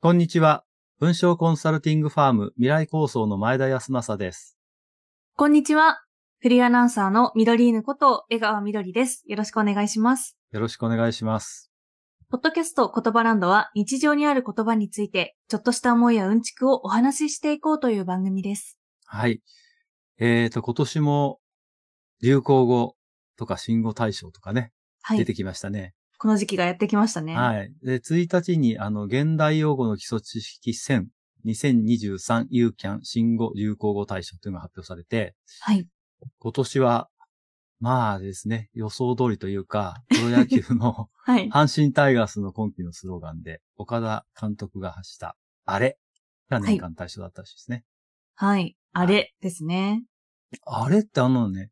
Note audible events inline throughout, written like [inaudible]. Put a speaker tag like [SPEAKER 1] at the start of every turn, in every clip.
[SPEAKER 1] こんにちは。文章コンサルティングファーム未来構想の前田康政です。
[SPEAKER 2] こんにちは。フリーアナウンサーの緑犬こと江川緑です。よろしくお願いします。
[SPEAKER 1] よろしくお願いします。
[SPEAKER 2] ポッドキャスト言葉ランドは日常にある言葉について、ちょっとした思いやうんちくをお話ししていこうという番組です。
[SPEAKER 1] はい。えーと、今年も流行語とか新語大賞とかね、
[SPEAKER 2] は
[SPEAKER 1] 出
[SPEAKER 2] い
[SPEAKER 1] て。きましたね。
[SPEAKER 2] この時期がやってきましたね。
[SPEAKER 1] はい。で、1日にあの、現代用語の基礎知識1000、2023ユーキャン新語流行語大賞というのが発表されて、
[SPEAKER 2] はい。
[SPEAKER 1] 今年は、まあですね、予想通りというか、プロ野球の [laughs]
[SPEAKER 2] はい。
[SPEAKER 1] 阪神タイガースの今季のスローガンで、岡田監督が発した、あれが年間対象だったらしいですね。
[SPEAKER 2] はい。あれですね。
[SPEAKER 1] あれってあのね、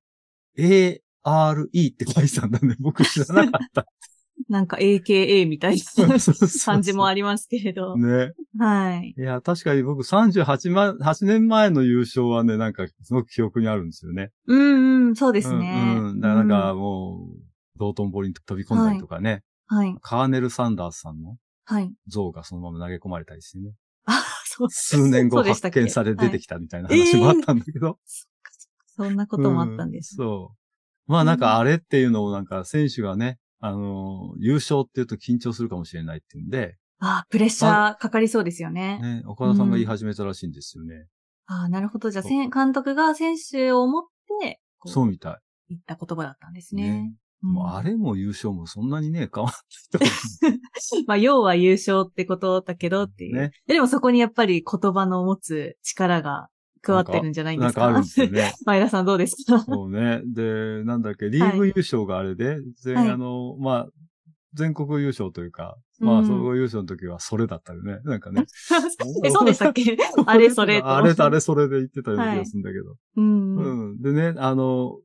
[SPEAKER 1] ARE って書いてたんだ [laughs] ね。僕知らなか [laughs] った。
[SPEAKER 2] なんか AKA みたいな感じも
[SPEAKER 1] あ
[SPEAKER 2] ありますけ
[SPEAKER 1] [laughs]
[SPEAKER 2] れど。
[SPEAKER 1] ね。
[SPEAKER 2] はい。
[SPEAKER 1] いや、確かに僕38万、8年前の優勝はね、なんかすごく記憶にあるんですよね。
[SPEAKER 2] うんうん、そうですね。
[SPEAKER 1] うん、うん。だからなんかもう、道頓堀に飛び込んだりとかね。
[SPEAKER 2] うんはい。
[SPEAKER 1] カーネル・サンダースさんの
[SPEAKER 2] はい。
[SPEAKER 1] 像がそのまま投げ込まれたりしてね。
[SPEAKER 2] あ、そう
[SPEAKER 1] 数年後
[SPEAKER 2] そうでした
[SPEAKER 1] 発
[SPEAKER 2] っけ
[SPEAKER 1] 見されて出てきたみたいな
[SPEAKER 2] はい
[SPEAKER 1] 話もあったんだけど。 [laughs]
[SPEAKER 2] そんなこともあったんです。
[SPEAKER 1] うんそう。まあなん
[SPEAKER 2] う
[SPEAKER 1] か
[SPEAKER 2] ん
[SPEAKER 1] あれっていうのをなんか選手がね、あのー優勝っていうと緊張するかもしれないっていうんで、
[SPEAKER 2] あ、プレッシャーかかりそうですよね。
[SPEAKER 1] ね、岡田さんが言い始めたらしいんですよね。
[SPEAKER 2] ああ、なるほど。じゃあ、
[SPEAKER 1] そう
[SPEAKER 2] せん監督が選手を思って、こ
[SPEAKER 1] そう
[SPEAKER 2] う、
[SPEAKER 1] みた
[SPEAKER 2] 言った言葉だったんです
[SPEAKER 1] い。
[SPEAKER 2] ね。うん
[SPEAKER 1] もうあれも優勝もそんなにね、変わってき
[SPEAKER 2] まあ、要は優勝ってことだけどっていう。
[SPEAKER 1] ね
[SPEAKER 2] でもそこにやっぱり言葉の持つ力が加わってるんじ [laughs] ゃな
[SPEAKER 1] た
[SPEAKER 2] いん
[SPEAKER 1] な
[SPEAKER 2] で
[SPEAKER 1] ん
[SPEAKER 2] すか
[SPEAKER 1] かあるんですよね。
[SPEAKER 2] [laughs] 前田さんどうですか
[SPEAKER 1] そうね。で、なんだっけ、リーグ優勝があれで、全
[SPEAKER 2] はい
[SPEAKER 1] あの、まあ、全国優勝というか、
[SPEAKER 2] うん
[SPEAKER 1] まあ、総合優勝の時はそれだったよね。なんかね。
[SPEAKER 2] [laughs] え、そうでしたっけ [laughs] あれそれと。
[SPEAKER 1] あれとあれそれで言ってたような気がするんだけど。
[SPEAKER 2] うん。
[SPEAKER 1] うん。でね、あの、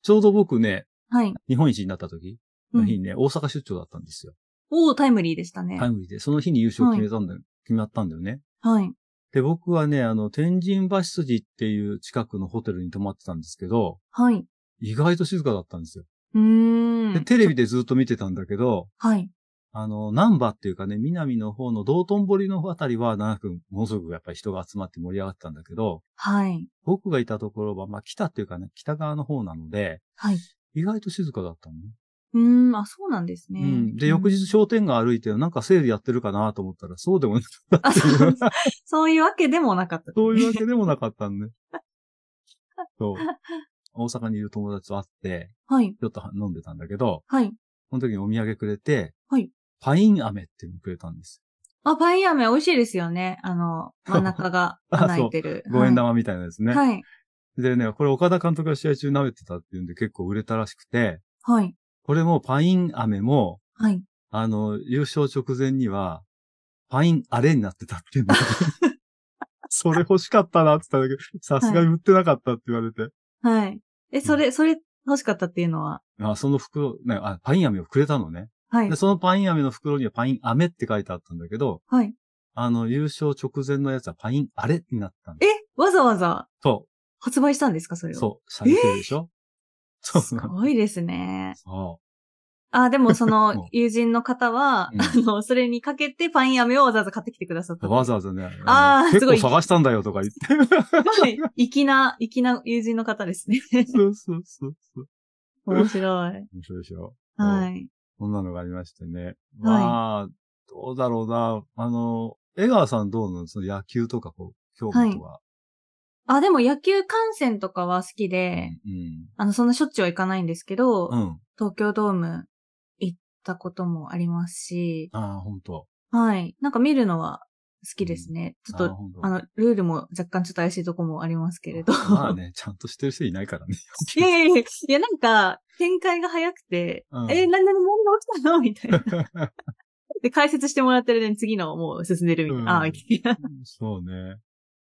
[SPEAKER 1] ちょうど僕ね、
[SPEAKER 2] はい。
[SPEAKER 1] 日本一になった時
[SPEAKER 2] う
[SPEAKER 1] の
[SPEAKER 2] ん
[SPEAKER 1] 日にね、大阪出張だったんですよ。
[SPEAKER 2] おー、タイムリーでしたね。
[SPEAKER 1] タイムリーで。その日に優勝決めたんだよ、決まったんだよね。
[SPEAKER 2] はい。
[SPEAKER 1] で、僕はね、あの、天神橋筋っていう近くのホテルに泊まってたんですけど、
[SPEAKER 2] はい。
[SPEAKER 1] 意外と静かだったんですよ。
[SPEAKER 2] うー
[SPEAKER 1] で、
[SPEAKER 2] ん。
[SPEAKER 1] テレビでずっと見てたんだけど、
[SPEAKER 2] はい。
[SPEAKER 1] あの、南波っていうかね、南の方の道頓堀のあたりは、長く、ものすごくやっぱり人が集まって盛り上がってたんだけど、
[SPEAKER 2] はい。
[SPEAKER 1] 僕がいたところは、まあ、北っていうかね、北側の方なので、
[SPEAKER 2] はい。
[SPEAKER 1] 意外と静かだったのね。
[SPEAKER 2] うーん、あ、そうなんですね。
[SPEAKER 1] うん。で、翌日商店街歩いて、なんか整理やってるかなと思ったら、そうでもなかった
[SPEAKER 2] あ
[SPEAKER 1] って
[SPEAKER 2] そ
[SPEAKER 1] いうう。
[SPEAKER 2] そういうわけでもなかった。
[SPEAKER 1] [laughs] そういうわけでもなかったん
[SPEAKER 2] [laughs]
[SPEAKER 1] で。そう。大阪にいる友達と会って、
[SPEAKER 2] はい。
[SPEAKER 1] ちょっと飲んでたんだけど、
[SPEAKER 2] はい。
[SPEAKER 1] その時にお土産くれて、
[SPEAKER 2] はい
[SPEAKER 1] パイン飴っていうのくれたんです
[SPEAKER 2] あ、パイン飴美味しいですよね。あの、真ん中が
[SPEAKER 1] [laughs] あ
[SPEAKER 2] 穴開いてる。
[SPEAKER 1] よ。五円玉みたいなですね。
[SPEAKER 2] はいはい。
[SPEAKER 1] でね、これ岡田監督が試合中舐めてたっていうんで結構売れたらしくて、
[SPEAKER 2] はい。
[SPEAKER 1] これもパイン飴も、
[SPEAKER 2] はい。
[SPEAKER 1] あの、優勝直前には、パインアレになってたっていうんだ [laughs] それ欲しかったなって言ったんだけど、さすがに売ってなかったって言われて。
[SPEAKER 2] はい。え、それ、それ欲しかったっていうのは。
[SPEAKER 1] あその袋、ね、あ、パイン飴をくれたのね。
[SPEAKER 2] はい
[SPEAKER 1] で、。そのパイン飴の袋にはパイン飴って書いてあったんだけど、
[SPEAKER 2] はい。
[SPEAKER 1] あの、優勝直前のやつはパインアレになったん
[SPEAKER 2] え
[SPEAKER 1] だ。、
[SPEAKER 2] わざわざ
[SPEAKER 1] そ、
[SPEAKER 2] 発売したんですかそうれを。
[SPEAKER 1] そう、されてるでしょ、そ
[SPEAKER 2] す
[SPEAKER 1] うなの。
[SPEAKER 2] ごいですね。
[SPEAKER 1] そ
[SPEAKER 2] あ、でも
[SPEAKER 1] [laughs]
[SPEAKER 2] そ
[SPEAKER 1] もう
[SPEAKER 2] の友人の方は、
[SPEAKER 1] うん
[SPEAKER 2] あの、それにかけてパイン飴をわざわざ買ってきてくださった
[SPEAKER 1] う。
[SPEAKER 2] と。
[SPEAKER 1] わざわざね、の
[SPEAKER 2] あーす
[SPEAKER 1] 結
[SPEAKER 2] ご
[SPEAKER 1] 構
[SPEAKER 2] い
[SPEAKER 1] 探したんだよとか言
[SPEAKER 2] [laughs]
[SPEAKER 1] って。
[SPEAKER 2] はい。粋な、粋な友人の方で
[SPEAKER 1] [laughs]
[SPEAKER 2] すね。
[SPEAKER 1] そうそうそうそう。
[SPEAKER 2] 面白い。
[SPEAKER 1] 面白いでしょ
[SPEAKER 2] はい。
[SPEAKER 1] そんなのがありましてね。まあ、どうだろうな。あの、江川さんどうなのその野球とかこう、興味とか。
[SPEAKER 2] あ、でも野球観戦とかは好きで、あの、そんなしょっちゅうは行かないんですけど、
[SPEAKER 1] うん。うん。
[SPEAKER 2] 東京ドーム行ったこともありますし、
[SPEAKER 1] ああ、本当
[SPEAKER 2] はい。なんか見るのは好きですね。ちょっ
[SPEAKER 1] なる
[SPEAKER 2] と、
[SPEAKER 1] ほど
[SPEAKER 2] あの、ルールも若干ちょっと怪しいとこもありますけれど。
[SPEAKER 1] まあね、ちゃんとしてる人いないから
[SPEAKER 2] [laughs]
[SPEAKER 1] ね。
[SPEAKER 2] いやいやいや、いやなんか、展開が早くて、
[SPEAKER 1] うん
[SPEAKER 2] え、何々何が起きたの [laughs] みたいな。
[SPEAKER 1] 笑
[SPEAKER 2] で、解説してもらってる間に次のもう進んでるみたいな。あ
[SPEAKER 1] うん
[SPEAKER 2] あ、みたいな。
[SPEAKER 1] そうね。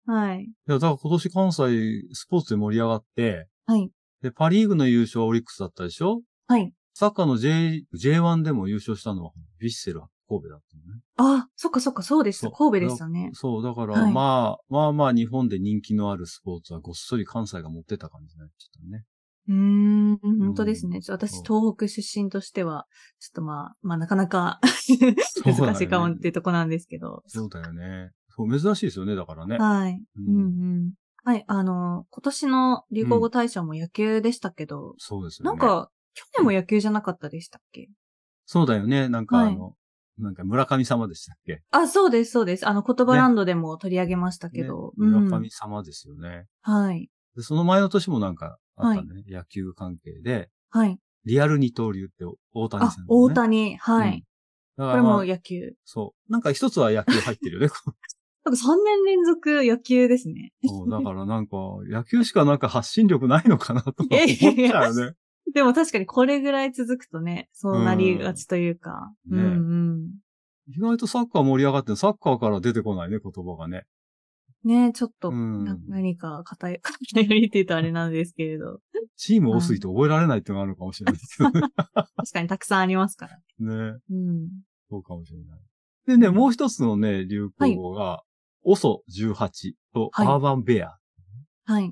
[SPEAKER 2] はい。
[SPEAKER 1] いや、だから今年関西スポーツで盛り上がって、
[SPEAKER 2] はい。
[SPEAKER 1] で、パリーグの優勝はオリックスだったでしょ
[SPEAKER 2] はい。
[SPEAKER 1] サッカーの J、J1 でも優勝したのはヴィッセル神戸だったのね。
[SPEAKER 2] あ、そっかそっか、そうでし
[SPEAKER 1] そ
[SPEAKER 2] た。
[SPEAKER 1] う
[SPEAKER 2] 神戸でしたね。
[SPEAKER 1] そう、だから、
[SPEAKER 2] はい
[SPEAKER 1] まあ、まあまあ日本で人気のあるスポーツはごっそり関西が持ってた感じになっちゃったね。
[SPEAKER 2] うーん、本当です
[SPEAKER 1] う
[SPEAKER 2] ね。
[SPEAKER 1] ん
[SPEAKER 2] ちょ私、
[SPEAKER 1] そ
[SPEAKER 2] 東北出身としては、ちょっとまあ、まあ、なかなか
[SPEAKER 1] うだよね
[SPEAKER 2] 難しいかもっていうとこなんですけど。
[SPEAKER 1] そうだよね。そう、珍しいですよね、だからね。
[SPEAKER 2] はい。
[SPEAKER 1] う
[SPEAKER 2] うんんうん。はい、あの、今年の流行語大賞も野球でしたけど、
[SPEAKER 1] そうですよ
[SPEAKER 2] なん
[SPEAKER 1] ね。
[SPEAKER 2] か、去年も野球じゃなかったでしたっけ
[SPEAKER 1] そうだよね。なんか
[SPEAKER 2] は
[SPEAKER 1] あ
[SPEAKER 2] い
[SPEAKER 1] の、なんか村神様でしたっけ
[SPEAKER 2] あ、そうです、そうです。あの、言葉ランドでも取り上げましたけど。
[SPEAKER 1] ね村
[SPEAKER 2] うん
[SPEAKER 1] 神。様ですよね。
[SPEAKER 2] はい。
[SPEAKER 1] で、その前の年もなんかあったね。野球関係で、
[SPEAKER 2] はい。
[SPEAKER 1] リアル二刀流って大谷
[SPEAKER 2] あ
[SPEAKER 1] さん、、
[SPEAKER 2] 大。谷、は
[SPEAKER 1] うん
[SPEAKER 2] い。
[SPEAKER 1] だか
[SPEAKER 2] こ
[SPEAKER 1] ら、
[SPEAKER 2] れ
[SPEAKER 1] まあ
[SPEAKER 2] も野球。
[SPEAKER 1] そう。なんか一つは野球入ってる
[SPEAKER 2] [laughs]
[SPEAKER 1] よね。こ
[SPEAKER 2] なんか3年連続野球ですね。
[SPEAKER 1] うそうだからなんか、野球しかなんか発信力ないのかなとか思っ
[SPEAKER 2] いやい
[SPEAKER 1] ち
[SPEAKER 2] やいや
[SPEAKER 1] ゃうよね。
[SPEAKER 2] [laughs] でも確かにこれぐらい続くとね、そうなりがちというか。
[SPEAKER 1] う
[SPEAKER 2] うんん
[SPEAKER 1] ね
[SPEAKER 2] うん。
[SPEAKER 1] 意外とサッカー盛り上がってるサッカーから出てこないね、言葉がね。
[SPEAKER 2] ねちょっと、
[SPEAKER 1] うん
[SPEAKER 2] な何か偏 [laughs] 偏りって言うとあれなんですけれど。
[SPEAKER 1] チーム多すぎて覚えられないっていうのがあるのかもしれないですけ
[SPEAKER 2] [laughs]
[SPEAKER 1] どね。
[SPEAKER 2] 確かにたくさんありますから。
[SPEAKER 1] ね
[SPEAKER 2] うん。
[SPEAKER 1] そうかもしれない。でね、もう一つのね、流行語が、OSO18 と
[SPEAKER 2] はい
[SPEAKER 1] アーバンベア。
[SPEAKER 2] はい。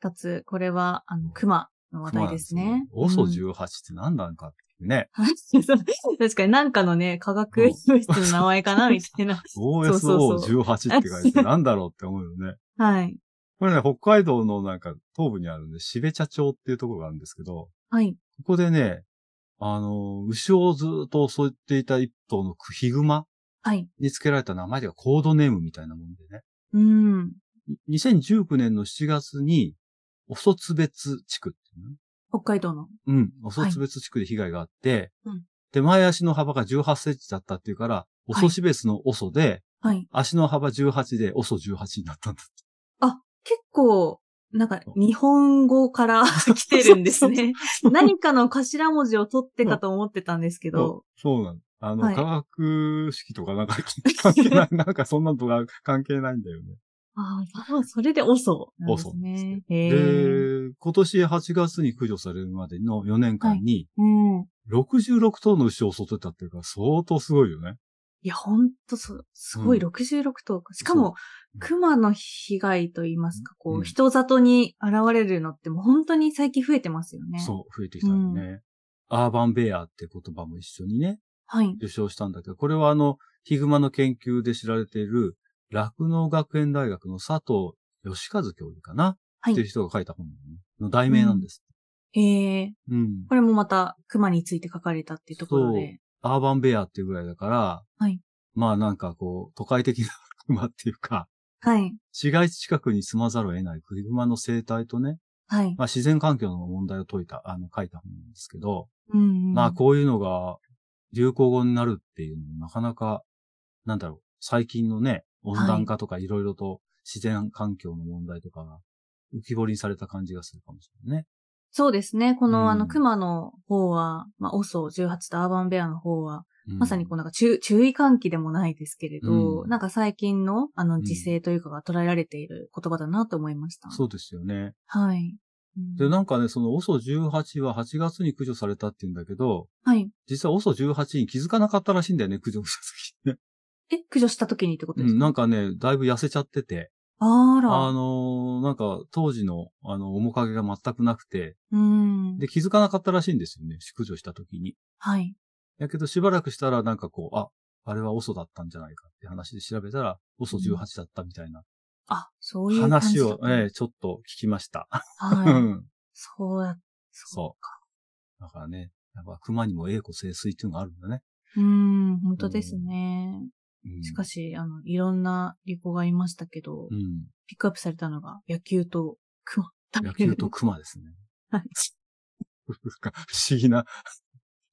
[SPEAKER 2] 二つ、これは、あの、熊の話題ですね。うん
[SPEAKER 1] OSO18 って何なんかっていうね。
[SPEAKER 2] はい [laughs] そう確かになんかのね、化学物質の名前かなみたい [laughs] な。うそうそう
[SPEAKER 1] OSO18 って書いて何だろうって思うよね。
[SPEAKER 2] はい。
[SPEAKER 1] これね、北海道のなんか東部にあるね、標茶町っていうところがあるんですけど、
[SPEAKER 2] はい。
[SPEAKER 1] ここでね、あの、牛をずっと襲っていた一頭のヒグマ
[SPEAKER 2] はい。
[SPEAKER 1] に付けられた名前ではコードネームみたいなもんでね。
[SPEAKER 2] うん。
[SPEAKER 1] い2019年の7月に、おそつ別地区っていうの
[SPEAKER 2] 北海道の。
[SPEAKER 1] うん。おそつ別地区で被害があって、
[SPEAKER 2] うん
[SPEAKER 1] で、前足の幅が18センチだったっていうから、おそし別のおそで、
[SPEAKER 2] はい。
[SPEAKER 1] 足の幅18でおそ18になったんだって。
[SPEAKER 2] あ、結構、なんか、日本語から [laughs] 来てるんです
[SPEAKER 1] [laughs]
[SPEAKER 2] ね。何かの頭文字を取ってかと思ってたんですけど。
[SPEAKER 1] そうなの。あの、
[SPEAKER 2] はい
[SPEAKER 1] 化学式とかなんか関係
[SPEAKER 2] [laughs]
[SPEAKER 1] ない、なんかそんなのとか関係ないんだよね。
[SPEAKER 2] ああ、そうそれでオソなんですね。へえ。
[SPEAKER 1] で、今年8月に駆除されるまでの4年間に、
[SPEAKER 2] うん。
[SPEAKER 1] 66頭の牛を襲ってたっていうから相当すごいよね。
[SPEAKER 2] いや、ほんと、そう、すごい
[SPEAKER 1] うん
[SPEAKER 2] 66頭か。しか
[SPEAKER 1] そう
[SPEAKER 2] も、熊の被害といいますか、こ
[SPEAKER 1] うん
[SPEAKER 2] う、人里に現れるのってもう本当に最近増えてますよね。う。
[SPEAKER 1] そう、増えてきたよね。アーバンベアって言葉も一緒にね、
[SPEAKER 2] はい。
[SPEAKER 1] 受賞したんだけど、これはあの、ヒグマの研究で知られている、酪農学園大学の佐藤義和教授かな、
[SPEAKER 2] はい
[SPEAKER 1] っていう人が書いた本、の題名なんです。
[SPEAKER 2] へえ。
[SPEAKER 1] うん。
[SPEAKER 2] これもまた、熊について書かれたっていうところで。
[SPEAKER 1] アーバンベアっていうぐらいだから、
[SPEAKER 2] はい
[SPEAKER 1] まあなんかこう、都会的なクマっていうか、
[SPEAKER 2] はい。
[SPEAKER 1] 市街地近くに住まざるを得ないクリグマの生態とね、
[SPEAKER 2] はい。
[SPEAKER 1] まあ自然環境の問題を解いた、あの、書いた本なんですけど、
[SPEAKER 2] うんうん。
[SPEAKER 1] まあこういうのが流行語になるっていうのもなかなか、なんだろう、最近のね、温暖化とかいろいろと自然環境の問題とかが浮き彫りにされた感じがするかもしれないね。
[SPEAKER 2] そうですね。こ
[SPEAKER 1] う
[SPEAKER 2] の、
[SPEAKER 1] ん
[SPEAKER 2] あの、熊の方は、まあ、オソ18とアーバンベアの方は、
[SPEAKER 1] うん
[SPEAKER 2] まさにこうなんか注注意喚起でもないですけれど、
[SPEAKER 1] うん
[SPEAKER 2] なんか最近の、あ
[SPEAKER 1] ん
[SPEAKER 2] の、時勢というかが捉えられている言葉だなと思いました。
[SPEAKER 1] そうですよね。
[SPEAKER 2] はい。うん
[SPEAKER 1] で、なんかね、その OSO18 は8月に駆除されたって言うんだけど、
[SPEAKER 2] はい。
[SPEAKER 1] 実は OSO18 に気づかなかったらしいんだよね、駆除した時
[SPEAKER 2] え、駆除した時にってことで
[SPEAKER 1] う
[SPEAKER 2] す
[SPEAKER 1] ん、
[SPEAKER 2] か、
[SPEAKER 1] なんかね、だいぶ痩せちゃってて、
[SPEAKER 2] あら。
[SPEAKER 1] あのーなんか当時の、あの、面影が全くなくて、
[SPEAKER 2] うん。
[SPEAKER 1] で、気づかなかったらしいんですよね、駆除した時に。
[SPEAKER 2] はい。
[SPEAKER 1] やけどしばらくしたらなんかこう、あ、あれはオソだったんじゃないかって話で調べたら、オソ18だったみたいな
[SPEAKER 2] あ、そういう感
[SPEAKER 1] 話
[SPEAKER 2] じだっ
[SPEAKER 1] を、
[SPEAKER 2] た
[SPEAKER 1] ええちょっと聞きました。う
[SPEAKER 2] はい。
[SPEAKER 1] [laughs] ん
[SPEAKER 2] そうや、そう。
[SPEAKER 1] そう。だからね、やっぱ熊にも栄枯盛衰っていうのがあるんだね。
[SPEAKER 2] うん、本当ですね。
[SPEAKER 1] うん、
[SPEAKER 2] しかし、あの、いろんなリコがいましたけど、
[SPEAKER 1] うん。
[SPEAKER 2] ピックアップされたのが野球と熊。
[SPEAKER 1] 野球と熊ですね。
[SPEAKER 2] はい。
[SPEAKER 1] 不思議な [laughs]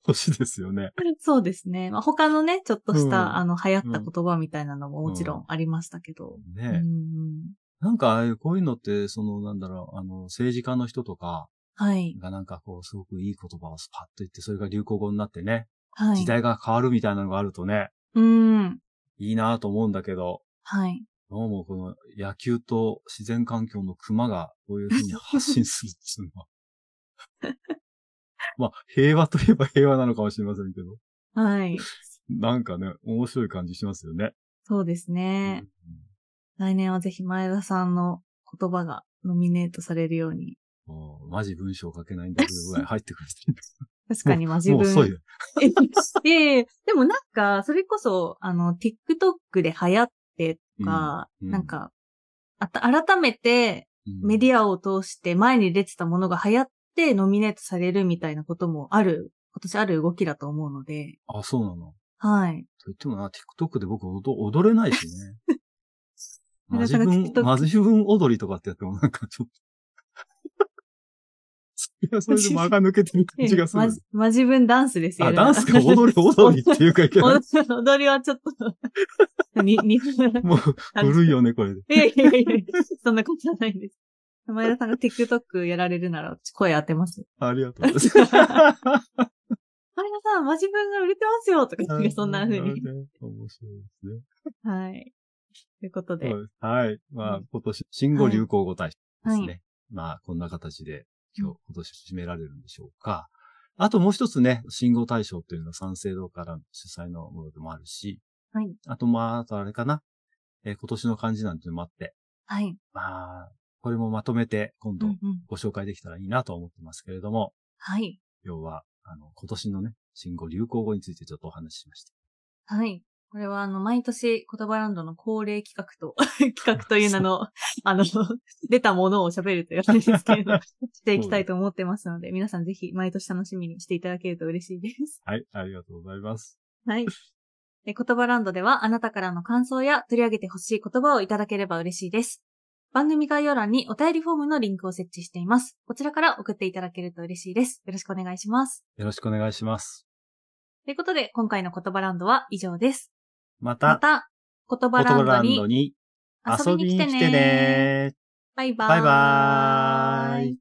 [SPEAKER 1] 星ですよね。
[SPEAKER 2] [laughs] そうですね。まあ、他のね、ちょっとした、
[SPEAKER 1] うん
[SPEAKER 2] あの、流行った言葉みたいなのももちろんありましたけど。うん。
[SPEAKER 1] ね、なんかああいう、こういうのって、その、なんだろう、あの、政治家の人とか
[SPEAKER 2] はい。
[SPEAKER 1] がなんかこう、すごくいい言葉をスパッと言って、それが流行語になってね、
[SPEAKER 2] はい。
[SPEAKER 1] 時代が変わるみたいなのがあるとね、
[SPEAKER 2] うん。
[SPEAKER 1] いいなぁと思うんだけど、
[SPEAKER 2] はい。
[SPEAKER 1] どうもこの野球と自然環境の熊がこういうふうに発信するっていうのは。 [laughs] まあ、平和といえば平和なのかもしれませんけど、
[SPEAKER 2] はい。
[SPEAKER 1] [laughs] なんかね、面白い感じしますよね。
[SPEAKER 2] そうですね。来年はぜひ前田さんの言葉がノミネートされるように
[SPEAKER 1] おーマジ文章書けないんだけどぐらい入ってく
[SPEAKER 2] 確かに真
[SPEAKER 1] る。
[SPEAKER 2] 面
[SPEAKER 1] もう
[SPEAKER 2] 目。
[SPEAKER 1] 遅いよ。
[SPEAKER 2] [laughs] ええでもなんか、それこそ、あの、TikTok で流行ってとか、
[SPEAKER 1] うんうん
[SPEAKER 2] なんか、あた、改めてメデ
[SPEAKER 1] ィ
[SPEAKER 2] ィアを通して前に出てたものが流行ってノミネートされるみたいなこともある、今年ある動きだと思うので、
[SPEAKER 1] ア。あ、そうなの。
[SPEAKER 2] はい。
[SPEAKER 1] と言ってもな、TikTok で僕踊踊れないしね。
[SPEAKER 2] [laughs]
[SPEAKER 1] マ
[SPEAKER 2] な
[SPEAKER 1] ジ
[SPEAKER 2] かなか
[SPEAKER 1] 分
[SPEAKER 2] TikTok、
[SPEAKER 1] マジ分踊りとかってやってもなんかちょっと。いや、 [laughs] それで間が抜けてる感じがする。
[SPEAKER 2] まじ、まじぶんダンスですよ。
[SPEAKER 1] あ、ダンスか踊り、踊りっていうかいけない。
[SPEAKER 2] [laughs] 踊りはちょっ
[SPEAKER 1] [laughs]
[SPEAKER 2] とに、に、
[SPEAKER 1] もう、古いよね、これ。
[SPEAKER 2] いやいやいやいやそんなことはないです。前田さんが TikTok やられるなら、声当てます。
[SPEAKER 1] ありがとうございます。
[SPEAKER 2] 前田さん、マジ分が売れてますよとか、なんか [laughs] そんな
[SPEAKER 1] [laughs]
[SPEAKER 2] 風に。
[SPEAKER 1] るほどね。面白いですね。
[SPEAKER 2] はい。ということで
[SPEAKER 1] そ。うですはい。まあ
[SPEAKER 2] うん、
[SPEAKER 1] 今年、新語・流行語大賞ですね。
[SPEAKER 2] は
[SPEAKER 1] まあ、こんな形で、今日、今年締められるんでしょうか。あともう一つね、新語大賞というのは三省堂からの主催のものでもあるし、
[SPEAKER 2] はい。
[SPEAKER 1] あとまあ、あとあれかな、えー今年の漢字なんていうのもあって、
[SPEAKER 2] はい。
[SPEAKER 1] まあ、これもまとめて今
[SPEAKER 2] う
[SPEAKER 1] 度
[SPEAKER 2] んうん
[SPEAKER 1] ご紹介できたらいいなと思ってますけれども、
[SPEAKER 2] はい。
[SPEAKER 1] 要は、あの、今年のね、新語・流行語についてちょっとお話ししました。
[SPEAKER 2] はい。これは、あの、毎年、言葉ランドの恒例企画と、 [laughs] 企画という名 [laughs] の、あの、出たものを喋るという感じですけれど、していきたいと思ってますので、皆さんぜひ、毎年楽しみにしていただけると嬉しいです。 [laughs]
[SPEAKER 1] はい、ありがとうございます。
[SPEAKER 2] はい。え言葉ランドではあなたからの感想や取り上げてほしい言葉をいただければ嬉しいです。番組概要欄にお便りフォームのリンクを設置しています。こちらから送っていただけると嬉しいです。よろしくお願いします。
[SPEAKER 1] よろしくお願いします。
[SPEAKER 2] ということで、今回の言葉ランドは以上です。
[SPEAKER 1] また、
[SPEAKER 2] また、言葉
[SPEAKER 1] 言葉
[SPEAKER 2] ラ
[SPEAKER 1] ラ
[SPEAKER 2] ン
[SPEAKER 1] ン
[SPEAKER 2] ド
[SPEAKER 1] ド
[SPEAKER 2] に
[SPEAKER 1] に
[SPEAKER 2] 遊びに来てね。
[SPEAKER 1] ね。
[SPEAKER 2] バイバーイ。
[SPEAKER 1] バイバーイ。